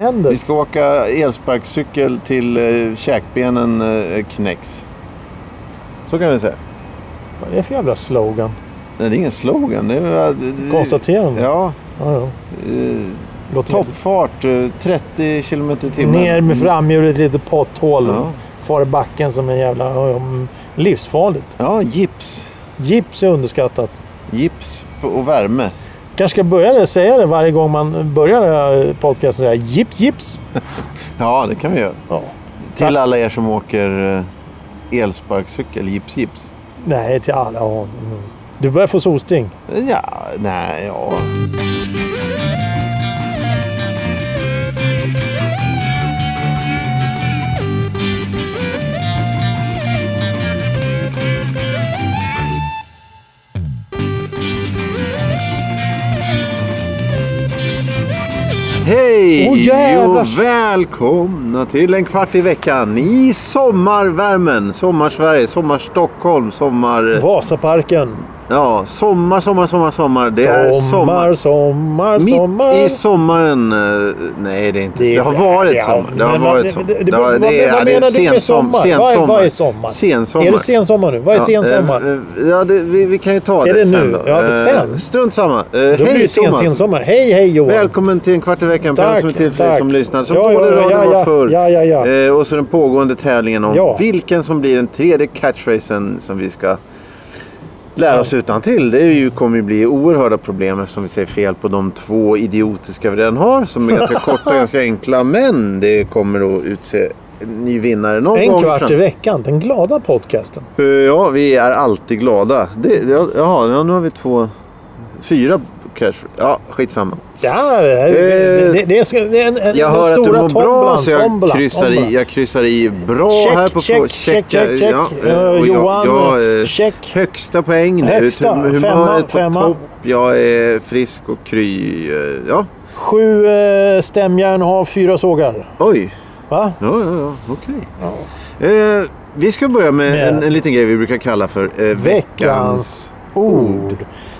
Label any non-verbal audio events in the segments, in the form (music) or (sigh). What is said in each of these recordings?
händer? Vi ska åka elsparkcykel till eh, käkbenen eh, knäcks. Så kan vi säga. Vad är det för jävla slogan? Nej, det är ingen slogan. Det är, Konstaterande? Mm. Ja. Ja, ja. Eh, Låter toppfart, eh, 30 km i väldigt- timmen. Mm. Ner med framhjulet i ett litet potthål. Ja. Far i backen som en jävla... ja, ja, Livsfarligt. Ja, gips. Gips är underskattat. Gips p- och värme. kanske ska börja säga det varje gång man börjar den här podcasten. Säga, gips, gips. Ja, det kan vi göra. Ja. Till alla er som åker eh, elsparkcykel, gips, gips. Nej, till alla. Ja, mm. Du börjar få solsting. Ja, nej, ja. Hej Åh, jävlar. och välkomna till en kvart i veckan i sommarvärmen. Sommarsverige, sommarstockholm, sommar... Vasaparken. Ja, sommar, sommar, sommar, sommar. Det är sommar. sommar, sommar. Mitt sommar. i sommaren. eh, Nej, det är inte det, Det- det har varit ja, sommar. Det har men varit vad- sommar. det- det- Det har- vad- det är- vad ja, det är menar du med sensom- sommar? Vad är- sensommar. vad är sommar? Sensommar. Är det sensommar nu? Vad är sensommar? Ja, eh, ja det, vi, vi kan ju ta Är det, det sen nu? då. Ja, Eh, sen. Strunt samma. Eh, Då blir Hej det sen, Thomas. sensommar. Hej, hej Johan. Välkommen till en kvart i veckan. Tack, Tack, som är till för dig tack. som lyssnar. Som Ja, ja, både ja, radion ja, var ja. förr. Ja, ja, ja. Eh, och så den pågående tävlingen om Ja. vilken som blir den tredje catchraisen som vi ska lära oss utan till. Det är ju, kommer ju bli oerhörda problem eftersom vi säger fel på de två idiotiska vi redan har. Som (laughs) är ganska korta och ganska enkla. Men det kommer att utse en ny vinnare någon En gång. kvart i fram- veckan. Den glada podcasten. Eh, Ja, vi är alltid glada. Det, ja, jaha, ja, nu har vi två... Fyra catchrace. Ja, skitsamma. Ja, det, det, det, det är det är en, en, Eh, Jag den hör att du stora mår bra tombolan, så jag tombolan, kryssar tombolan. i. Jag kryssar i bra Check, här på check, frå- check, checka- check, check. eh, Eh, och Johan, jag, jag, eh, check. Högsta poäng nu. Högsta, Hum- humöret femma, på femma. topp. Jag är frisk och kry. eh, Ja, Sju eh, stämjärn har fyra sågar. oj. Va? Ja, ja, ja. Okej. Eh, vi ska börja med, Med- En, en liten grej vi brukar kalla för eh, veckans... Veckans ord.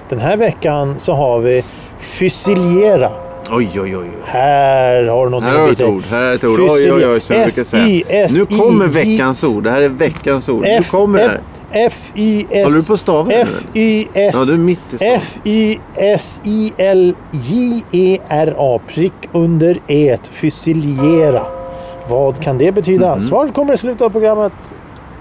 Den här veckan så har vi fysiljera. Oj, oj, oj. oj. Här har du någonting Här har du bita ett i. ord. Här är ett ord. Oj, oj, oj. Som jag brukar säga. F-I-S-I-J- Nu kommer veckans ord. Det här är veckans ord. Nu kommer det här. F-I-S... Håller du på att stava nu, eller? F-I-S... Ja, du är mitt i stan. F-I-S-I-L-J-E-R-A. Prick under E. Fysiljera. Vad kan det betyda? Mhm. Svaret kommer i slutet av programmet.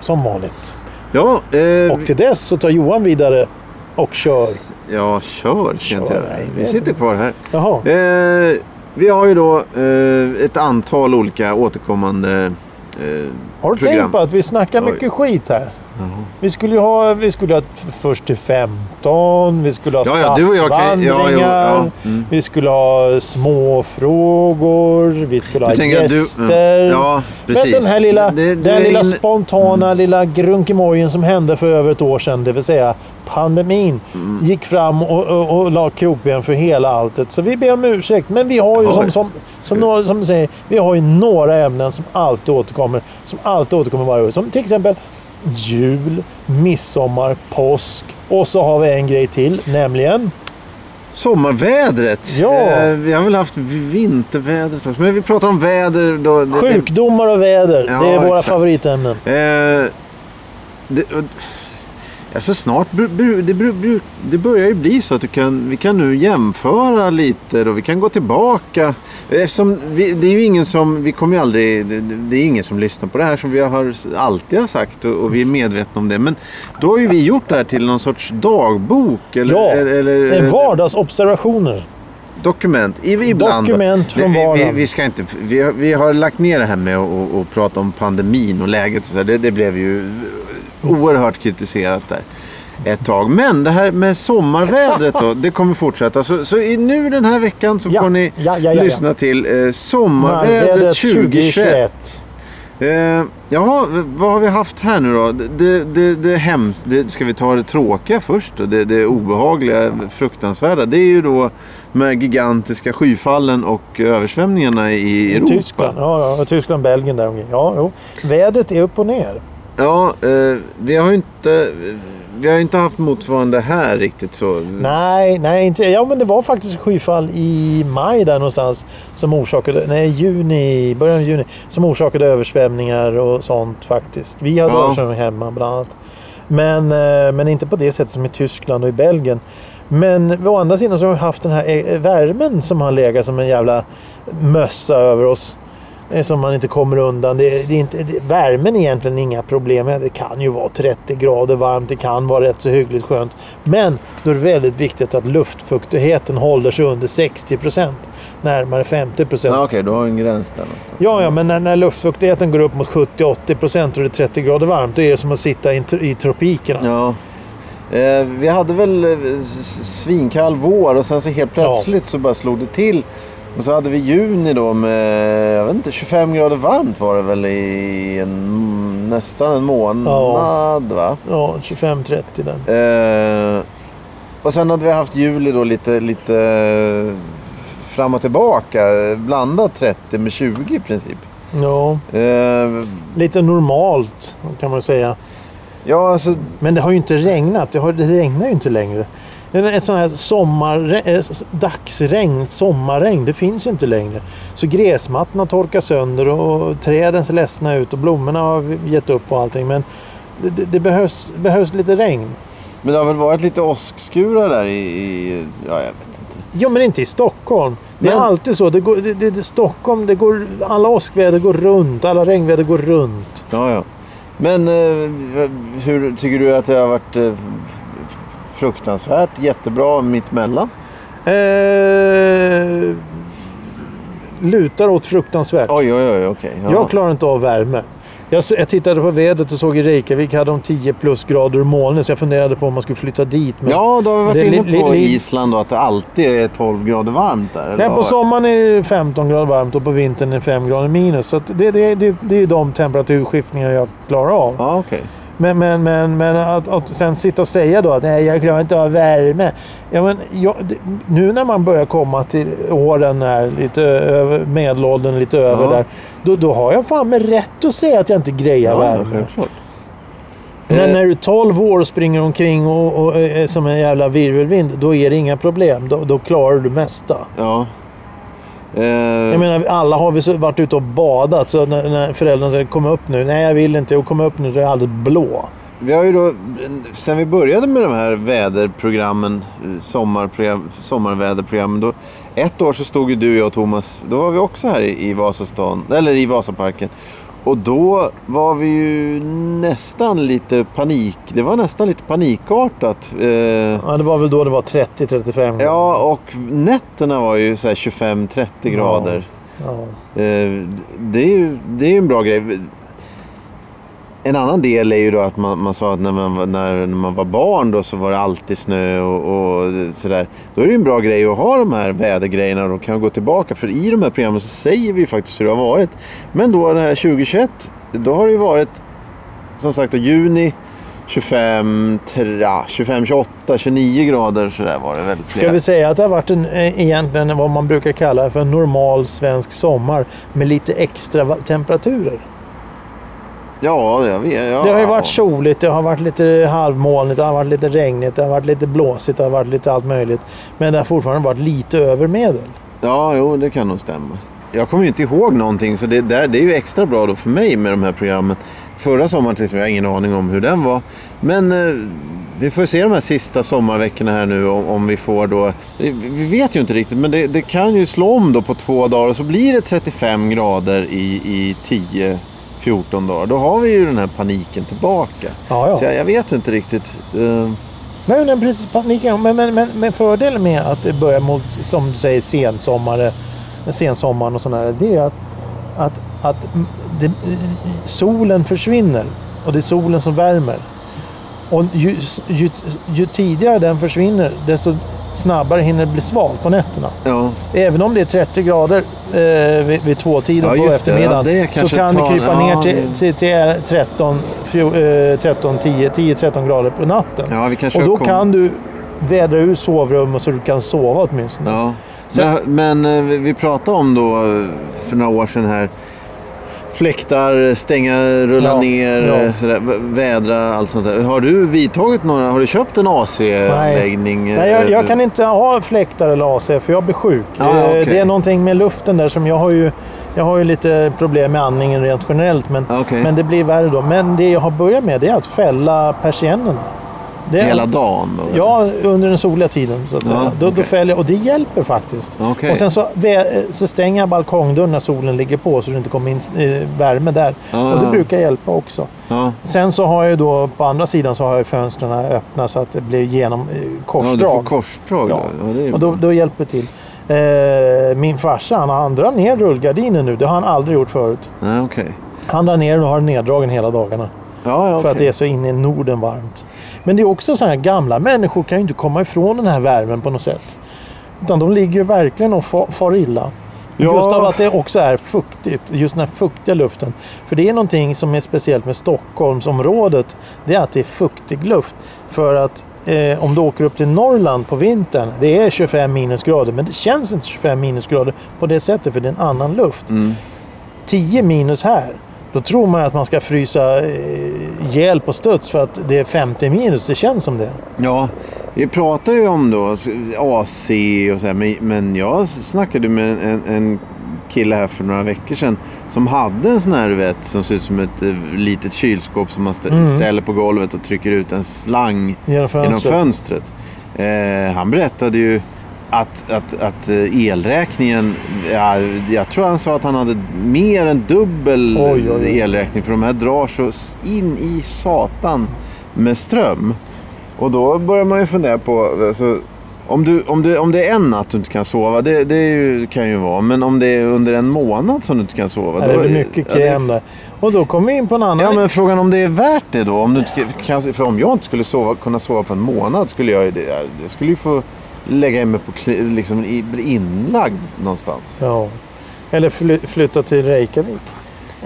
Som vanligt. Ja, eh, Och till dess så tar Johan vidare och kör. Ja, kör ska jag inte Kör, göra. nej, Vi det- sitter kvar här. Jaha. Eh, vi har ju då eh, ett antal olika återkommande eh, Har du program. tänkt på att vi snackar Oj. Mhm. mycket skit här? Vi skulle ju ha, vi skulle ha f- först till 15, vi skulle ha Ja, ja, du och jag kan- ja, jo, ja. stadsvandringar, Mm. vi skulle ha småfrågor, vi skulle ha Du tänker att du- gäster. Ja, precis. Men den här lilla, Det- den du här är Mm. lilla inne- spontana lilla grunkemojen som hände för över ett år sedan, det vill säga pandemin, Mm. gick fram och, och, och la krokben för hela alltet. Så vi ber om ursäkt. Men vi har ju Oj. som, som, som, några, som du säger, vi har ju några ämnen som alltid återkommer. Som alltid återkommer varje år. Som till exempel jul, midsommar, påsk. Och så har vi en grej till, nämligen... sommarvädret. Ja. Eh, vi har väl haft vintervädret först. Men vi pratar om väder. Då, det- Sjukdomar och väder, Ja, det är våra exakt. favoritämnen. Eh, det, alltså snart bru, bru, det, bru, bru, det börjar ju bli så att du kan, vi kan nu jämföra lite då. Vi kan gå tillbaka. Eftersom vi, det är ju ingen som, vi kommer ju aldrig, det, det är ingen som lyssnar på det här som vi har alltid har sagt och, och vi är medvetna om det. Men då har ju vi gjort det här till någon sorts dagbok eller, Ja, eller, eller En vardagsobservationer. Dokument. I- Ibland. Dokument från vi, vi, vardagen. vi, ska inte, vi, har- vi har lagt ner det här med att att- att prata om pandemin och läget. Och så här. Det, det blev ju oerhört kritiserat där ett tag. Men det här med sommarvädret då, det kommer fortsätta. Så, så i, nu den här veckan så Ja, får ni ja, ja, ja, ja. lyssna till eh, sommarvädret 2021. Eh, ja, vad har vi haft här nu då? Det, det, det är hemskt. Det, ska vi ta det tråkiga först då? Det, det obehagliga, fruktansvärda. Det är ju då de här gigantiska skyfallen och översvämningarna i Europa. Tyskland, ja, ja. Och Tyskland, Belgien Mm. däromkring. Ja, jo. Vädret är upp och ner. Ja, eh, vi har ju inte... vi har inte haft motsvarande här riktigt så. Nej, nej inte. Ja, men det var faktiskt skyfall i maj där någonstans. Som orsakade, nej juni, början av juni. Som orsakade översvämningar och sånt faktiskt. Vi hade Ja. översvämningar hemma bland annat. Men, eh, men inte på det sättet som i Tyskland och i Belgien. Men å andra sidan så har vi haft den här eh, värmen som har legat som en jävla mössa över oss. eh, Som man inte kommer undan. Det, det är inte, det, värmen är egentligen inga problem med. Det kan ju vara 30 grader varmt. Det kan vara rätt så hyggligt skönt. Men då är det väldigt viktigt att luftfuktigheten håller sig under 60 procent. Närmare 50 procent. Ja, Okej, du har en gräns där någonstans. Ja, ja, men när, när luftfuktigheten går upp mot 70-80 procent och det är 30 grader varmt. Då är det som att sitta i, tro- i tropikerna. Ja. Eh, vi hade väl eh, s- svinkall vår och sen så helt plötsligt så bara slog det till. Och så hade vi juni då med, jag vet inte, 25 grader varmt var det väl i en, nästan en månad va? Ja, 25-30 där. Eh, och sen hade vi haft juli då lite, lite fram och tillbaka. Blandat 30 med 20 i princip. Ja, Eh, lite normalt kan man säga. ja, alltså Men det har ju inte regnat. Det, har, det regnar ju inte längre. En- Ett sånt här sommar, eh, s- dagsregn, sommarregn, det finns ju inte längre. Så gräsmattorna torkar sönder och och träden ser ledsna ut och blommorna har gett upp och allting. Men det, det, det behövs, behövs lite regn. Men det har väl varit lite åskskurar där i... i ja, jag vet inte. Jo, men inte i Stockholm. Det är Men- alltid så. Det går, det, det, det, Stockholm, det går, alla åskväder går runt. Alla regnväder går runt. Ja, ja. Men eh, hur tycker du att det har varit eh, fruktansvärt, jättebra, mittemellan? Eh, lutar åt fruktansvärt. Oj, oj, oj, okej. ja. Jag klarar inte av värme. Jag, s- jag tittade på vädret och såg i Reykjavik hade de 10 plusgrader och molnigt så jag funderade på om man skulle flytta dit. Men Ja, då har vi Det är varit li- inne li- på li- Island och att det alltid är 12 grader varmt där. eller Nej, vad på var det? sommaren är det 15 grader varmt och på vintern är det 5 grader minus. Så att det, det, det, det är de temperaturskiftningar jag klarar av. Ja, okej. Men, men, men, men att, att sen sitta och säga då att nej, jag klarar inte av värme. Ja, men jag, det- nu när man börjar komma till åren här, lite över, medelåldern lite över Ja. där. Då, då har jag fan med rätt att säga att jag inte grejar Ja, värme. självklart. När, Eh. när du är 12 år och springer omkring och, och, eh, som en jävla virvelvind, då är det inga problem. Då, då klarar du det mesta. Ja. Eh, Jag menar, alla har vi så- varit ute och badat, så när, när föräldrarna säger kom upp nu. Nej, jag vill inte. Och kom upp nu, då är jag alldeles blå. Vi har ju då, sen vi började med de här väderprogrammen, eh, sommarprogram, sommarväderprogrammen, då, ett år så stod ju du, jag och Thomas, då var vi också här i, i Vasastan, eller i Vasaparken. Och då var vi ju nästan lite panik, det var nästan lite panikartat. Eh, Ja, det var väl då det var 30-35 ja, och nätterna var ju så här 25-30 grader. Ja. Eh, Det är ju det är ju en bra grej. En annan del är ju då att man, man sa att när man, var- när, när man var barn då så var det alltid snö och, och sådär. Då är det ju en bra grej att ha de här vädergrejerna och då kan gå tillbaka. För i de här programmen så säger vi ju faktiskt hur det har varit. Men då det här 2021, då har det ju varit som sagt då juni 25, tra- 25 28, 29 grader sådär var det väl. Ska vi säga att det har varit en, eh, egentligen vad man brukar kalla för en normal svensk sommar med lite extra va- temperaturer. Ja, jag vet. Ja. Det har ju varit soligt, det har varit lite halvmolnigt, det har varit lite regnigt, det har varit lite blåsigt, det har varit lite allt möjligt. Men det har fortfarande varit lite över medel. Ja, jo, det kan nog stämma. Jag kommer ju inte ihåg någonting, så det, där, det är ju extra bra då för mig med de här programmen. Förra sommaren till exempel, jag har ingen aning om hur den var. Men eh, vi får se de här sista sommarveckorna här nu om, om vi får då... Vi vi vet ju inte riktigt, men det, det kan ju slå om då på två dagar och så blir det 35 grader i, i 10... 14 dagar, då har vi ju den här paniken tillbaka. Ja, Så ja. jag, jag vet inte riktigt. Eh, Men, men, precis, paniken, men, men, men, men fördelen med att det börjar mot, som du säger, sensommare, sensommaren och sådär, det är att, att, att det, solen försvinner. Och det är solen som värmer. Och ju, ju, ju tidigare den försvinner, desto snabbare hinner det bli svalt på nätterna. ja. Även om det är 30 grader eh, vid, vid tvåtiden Ja, just på det. eftermiddagen Ja, det så kanske kan det tar- krypa ja, ner till, det- till, till 13, fjo- eh, 13 10, 10-13 grader på natten. ja, vi kanske och då kom- kan du vädra ur sovrummet så du kan sova åtminstone. Ja. Sen- men, men eh, vi pratade om då eh, för några år sedan här Fläktar, stänga, rulla Ja, ner, eh, ja. Sådär, v- vädra, allt sånt där. Har du vidtagit några? Har du köpt en eh, AC-anläggning? Nej, jag, jag kan inte ha fläktar eller AC för jag blir sjuk. Ja, Eh, okej. Det är någonting med luften där som jag har ju... Jag har ju lite problem med andningen rent generellt men, Ah, Okej. men det blir värre då. Men det jag har börjat med det är att fälla persiennen. Det är- Hela dagen? Då, Ja, under den soliga tiden så att säga. Ja, då, då okej. fäller jag, och det hjälper faktiskt. Okej. Och sen så, vä- så stänger jag balkongdörren när solen ligger på så det inte kommer in eh, värme där. Ah. Och det brukar hjälpa också. Ja. Sen så har jag ju då på andra sidan så har jag fönstren öppna så att det blir genom eh, ja, du får korsdrag. korsdrag. Ja. Ja. Ja, det är... och då, då hjälper det till. Eh, min farsa han, han drar ner rullgardinen nu. Det har han aldrig gjort förut. Nej, okej. Han drar ner och har den neddragen hela dagarna. Ja, ja, För att okej. det är så in i Norden varmt. Men det är också så här, gamla människor kan ju inte komma ifrån den här värmen på något sätt. Utan de ligger ju verkligen och fa- far illa. Ja. Just av att det också är fuktigt, just den här fuktiga luften. För det är någonting som är speciellt med Stockholmsområdet. Det är att det är fuktig luft. För att eh, om du åker upp till Norrland på vintern, det är 25 minusgrader. Men det känns inte 25 minusgrader på det sättet för det är en annan luft. Mm. 10 minus här. Då tror man att man ska frysa eh, ihjäl på studs för att det är 50 minus. Det känns som det. Ja, vi pratar ju om då s- AC och så här, men- men jag snackade med en, en kille här för några veckor sedan som hade en sån här du vet, som ser ut som ett eh, litet kylskåp som man stä- Mm. ställer på golvet och trycker ut en slang Genom genom fönstret. fönstret. Eh, han berättade ju att, att, att eh, elräkningen, ja, jag tror han sa att han hade mer än dubbel Oj, oj, oj. elräkning för de här drar så in i satan med ström. Och då börjar man ju fundera på, alltså, om, du, om, du, om det är en natt du inte kan sova, det, det är ju, kan ju vara, men om det är under en månad som du inte kan sova. Ja, det då är- blir mycket ja, det är kräm där. Och då kommer vi in på en annan... Ja, men frågan om det är värt det då? Om du inte kan, för om jag inte skulle sova, kunna sova på en månad skulle jag, ju det- jag skulle ju få lägga in mig på, kli- liksom, i- bli inlagd någonstans. Ja. Eller fly- flytta till Reykjavik.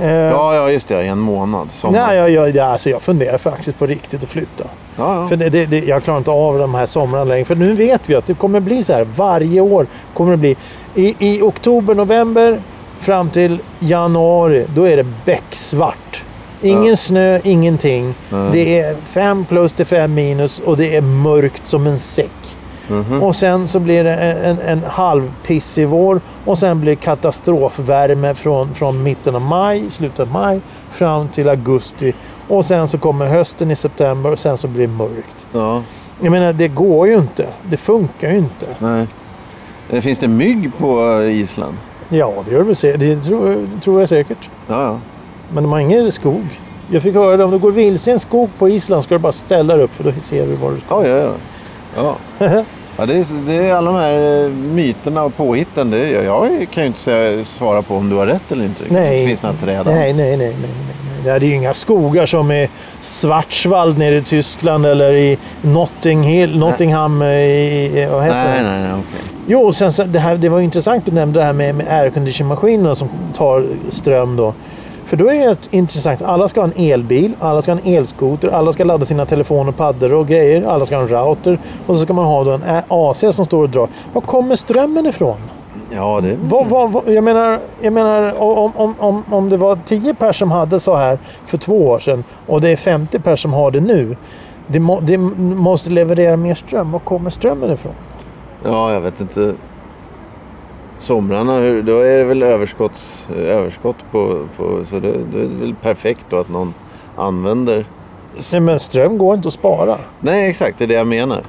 Eh, Ja, ja just det. I en månad. Sommar. Nej, jag, jag, jag, alltså jag funderar faktiskt på riktigt att flytta. ja, För ja. det, det, det, jag klarar inte av de här somrarna längre. För nu vet vi att det kommer bli så här. Varje år kommer det bli. I, i oktober, november fram till januari. Då är det becksvart. Ingen Ja. snö, ingenting. Mm. Det är 5 plus till 5 minus och det är mörkt som en säck. Mhm. Och sen så blir det en, en, en halvpissig vår och sen blir det katastrofvärme från, från mitten av maj, slutet av maj fram till augusti. Och sen så kommer hösten i september och sen så blir det mörkt. ja. Jag menar, det går ju inte. Det funkar ju inte. Nej. Eh, Finns det mygg på eh, Island? Ja, det gör det väl sä- Det tror, tror jag säkert. Ja, ja. Men de har ingen skog. Jag fick höra det. Om du går vilse i en skog på Island ska du bara ställa dig upp för då ser du var du ska. Ja, ja, ja. ja. (laughs) Ja, det, är, det är alla de här eh, myterna och påhitten. Det, är- jag kan ju inte säga, svara på om du har rätt eller inte. Det kanske inte finns några träd alls. Nej, nej, nej. nej, nej. nej. Det är ju inga skogar som är Schwarzwald nere i Tyskland eller i Notting Hill, Nottingham eh, i... eh, Vad heter nej, det? nej, nej, okej. Jo, och sen, så- det, här, det var ju intressant du nämnde det här med, med airconditionmaskinerna som tar ström då. För då är det rätt intressant. Alla ska ha en elbil, alla ska ha en elskoter, alla ska ladda sina telefoner, paddor och grejer. Alla ska ha en router och så ska man ha då en ä- AC som står och drar. Var kommer strömmen ifrån? Ja, det Vad, vad, vad, jag menar, jag menar om, om, om, om det var 10 personer som hade så här för två år sedan och det är 50 personer som har det nu. Det, må, det måste leverera mer ström. Var kommer strömmen ifrån? Ja, jag vet inte. Somrarna, hur- då är det väl överskotts, eh, överskott på... på så det, det är väl perfekt då att någon använder... Nej, men ström går inte att spara. Nej, exakt. Det är det jag menar.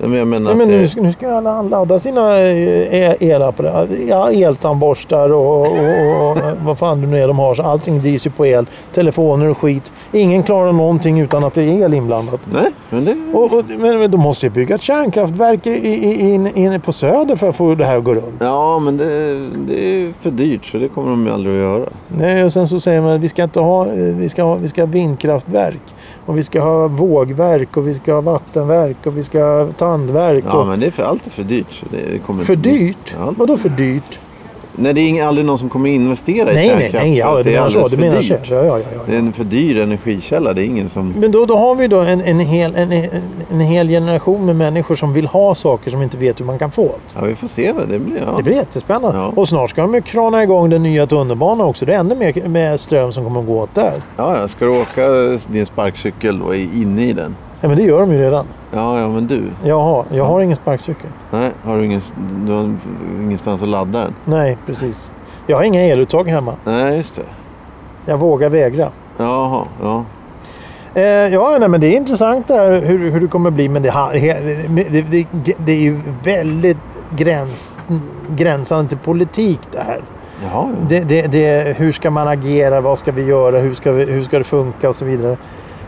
Men jag menar Nej, att men nu, det... ska- nu ska alla ladda sina eh, e- elapparater. Ja, eltandborstar och, och, och, och vad fan det nu är de har. Så allting drivs ju på el. Telefoner och skit. Ingen klarar någonting utan att det är el inblandat. Nej, men det... Och, och, men, men de måste ju bygga ett kärnkraftverk i, i, in, in på Söder för att få det här att gå runt. Ja, men det, det är för dyrt så det kommer de ju aldrig att göra. Nej, och sen så säger man att vi ska inte ha, eh, vi ska ha, vi ska ha vindkraftverk. Och vi ska ha vågverk och vi ska ha vattenverk och vi ska ha tandverk. Ja, och, men det är för, allt är för dyrt. Så det kommer För inte bli- dyrt? Ja, allt- Vadå för dyrt? Nej, det är ing- aldrig någon som kommer investera i Nej, nej, kärnkraft. nej. för Ja, att du det är menar så. alldeles Du för menar dyrt. så. Ja, ja, ja, Det ja. är en för dyr energikälla. Det är ingen som... Men då, då har vi då en, en, hel, en, en, en hel generation med människor som vill ha saker som inte vet hur man kan få det. Ja, vi får se vad det blir. Ja. Det blir jättespännande. Ja. Och snart ska de ju krana igång den nya tunnelbanan också. Det är ännu mer med ström som kommer att gå åt där. Ja, ja, ska du åka din sparkcykel och är inne i den? Ja, men det gör de ju redan. Ja, ja, men du. Jaha, jag har ingen sparkcykel. Nej, har du, ingen, du har ingenstans att ladda den? Nej, precis. Jag har inga eluttag hemma. Nej, just det. Jag vågar vägra. Jaha, ja. Eh, ja, nej, men det är intressant det här hur, hur det kommer bli. Men det, ha- he- det, det, det är ju väldigt gräns, gränsande till politik det här. Jaha, ja. Det, det, det, hur ska man agera? Vad ska vi göra? Hur ska, vi, hur ska det funka? Och så vidare.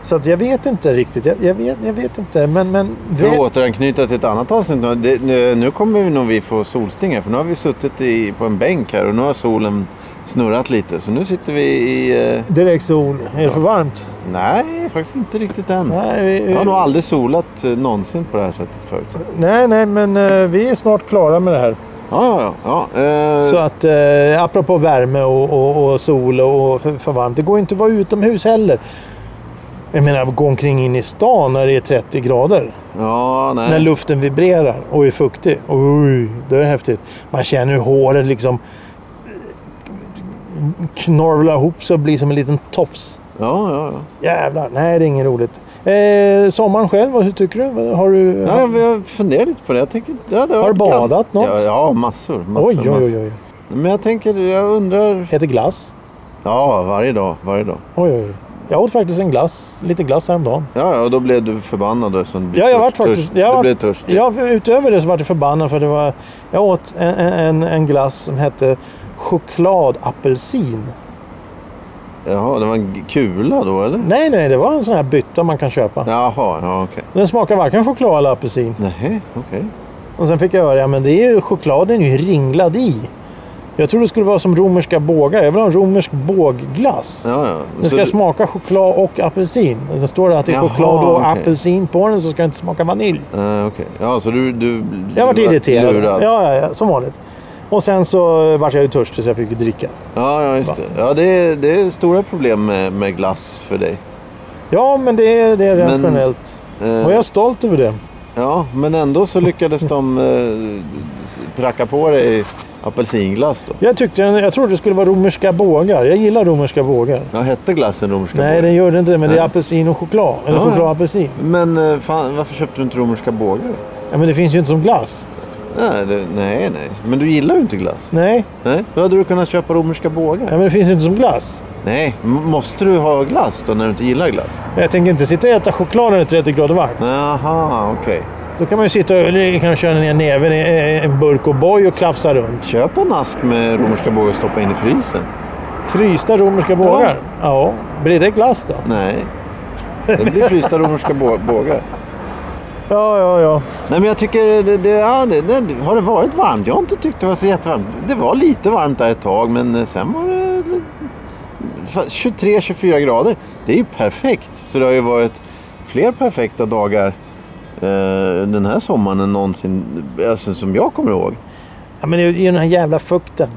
Så att jag vet inte riktigt. Jag, jag, vet, jag vet inte. Men, men För att vä- återanknyta till ett annat avsnitt. nu- Det, nu, nu kommer vi nog vi få solsting här. För nu har vi suttit i, på en bänk här och nu har solen snurrat lite. Så nu sitter vi i... Eh, direkt sol. Är det för varmt? nej, faktiskt inte riktigt än. Nej, vi, Mm. Jag har nog aldrig solat eh, någonsin på det här sättet förut. nej, nej, men eh, vi är snart klara med det här. Ja, ja, ja. ja. Eh, Så att eh, apropå värme och, och, och sol och för, för varmt. Det går ju inte att vara utomhus heller. Jag menar, gå omkring in i stan när det är 30 grader. ja, nej. När luften vibrerar och är fuktig. Oj, det är häftigt. Man känner hur håret liksom eh, knorvlar ihop sig och blir som en liten tofs. Ja, ja, ja. Jävlar, nej det är inget roligt. Eh, sommaren själv, vad- hur tycker du? Vad- Har du... Ja, jag- jag funderar lite på det. Jag tänker, ja, det Har du badat kallt. något? Ja, ja massor. massor oj, oj, oj, massor. oj. Men jag tänker, jag undrar. Äter glass? Ja, varje dag. Varje dag. Oj, oj, oj. Jag åt faktiskt en glass, lite glass häromdagen. Ja, ja, och då blev du förbannad då eftersom det blev Ja, jag törst- vart faktiskt- törst. jag Det vart- blev törst. Ja, utöver det så var jag förbannad för det var... Jag åt en, en, en glass som hette chokladapelsin. Jaha, det var en kula då eller? Nej, nej, det var en sån här bytta man kan köpa. Jaha, ja okej. Den smakar varken choklad eller apelsin. Nej, okej. Och sen fick jag höra, ja men det är ju, chokladen är ju ringlad i. Jag tror det skulle vara som romerska bågar. Jag vill ha en romersk bågglass. Ja, ja. Den Så ska du- smaka choklad och apelsin. Sen står det att det är Jaha, choklad och okej. apelsin på den så ska det inte smaka vanilj. Nej, Eh, okej. Ja, så du... du Jag vart lurat- irriterad. Ja, lurad. ja, ja, som vanligt. Och sen så vart jag ju törstig så jag fick ju dricka. ja, ja, just det. Ja, det är, det är stora problem med, med glass för dig. Ja, men det är, det är rent Men- generellt. Eh, Och jag är stolt över det. Ja, men ändå så lyckades de eh, pracka på dig apelsinglass då. Jag, tyckte, den- jag trodde det skulle vara romerska bågar. Jag gillar romerska bågar. Ja, hette glassen romerska Nej, bågar? den gjorde inte det. Men det är Nej. apelsin och choklad. Eller Ja, ja. choklad och apelsin. Men eh, fan, varför köpte du inte romerska bågar? Ja, men det finns ju inte som glass. Nej, det, nej, nej. Men du gillar ju inte glass. Nej, Nej. Då hade du kunnat köpa romerska bågar. ja, men det finns inte som glass. Nej, m- måste du ha glass då när du inte gillar glass? Jag tänker inte sitta och äta choklad när det är 30 grader varmt. Jaha, okej. Då kan man ju sitta och eller kan köra ner näven i eh, en burk och boy och klafsa runt. Köp en ask med romerska bågar och stoppa in i frysen. Frysta romerska bågar. Ja. Blir det glass då? Nej. Det blir frysta romerska bå- bågar. Ja, ja, ja. Nej men jag tycker, det, det, ja, det, det, har det varit varmt? Jag har inte tyckt det var så jättevarmt. Det var lite varmt där ett tag men eh, sen var det fa- 23-24 grader. Det är ju perfekt. Så det har ju varit fler perfekta dagar eh, den här sommaren än någonsin, alltså, som jag kommer ihåg. ja men det är ju den här jävla fukten.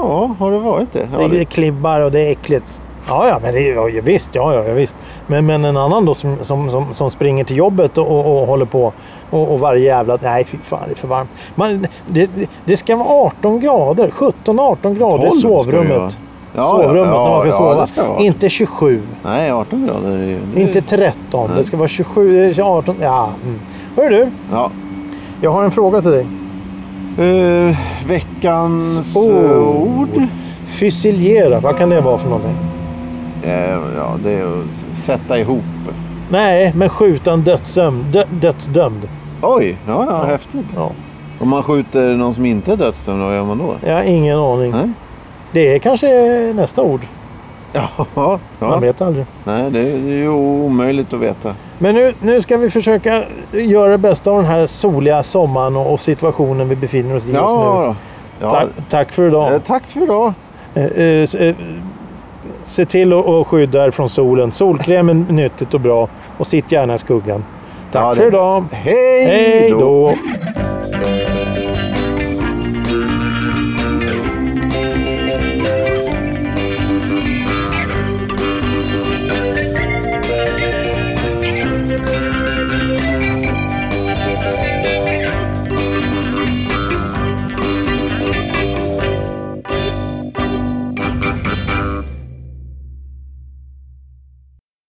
Ja, har det varit det? Ja, det, det det klibbar och det är äckligt. Ja, ja, men det, ja, ja, visst. Ja, ja, ja, visst. Men, men en annan då som, som, som, som springer till jobbet och, och, och håller på. Och, och varje jävla... Nej, fy fan, det är för varmt. Man, det, det- det ska vara 18 grader. 17-18 grader i 12 ska det ju vara. sovrummet. Ja, sovrummet ja, när man ska ja, sova. det ska vara. Mm. Inte 27. Nej, 18 grader är ju... det är- Inte 13. Det ska vara 27, 18. Ja. Mm. Hör du, Ja. jag har en fråga till dig. Eh, veckans eh, Ord. ord. Fysiljera, vad kan det vara för någonting? Eh, ja, det är att sätta ihop. Nej, men skjuta en dödsdömd. Dö, dödsdömd. Oj, ja, ja, häftigt. Ja. Om man skjuter någon som inte är dödsdömd, vad gör man då? Jag har ingen aning. Nej. Det är kanske nästa ord. Ja, ja. Man vet aldrig. Nej, det är det är ju omöjligt att veta. Men nu, nu ska vi försöka göra det bästa av den här soliga sommaren och, och situationen vi befinner oss i just nu. Ja, ja. Tack, tack för idag. Eh, tack för idag. Eh, eh, s- eh, se till att att skydda er från solen. Solkräm är nyttigt och bra. Och sitt gärna i skuggan. Tack Ja, det- för idag. Hej Hej då.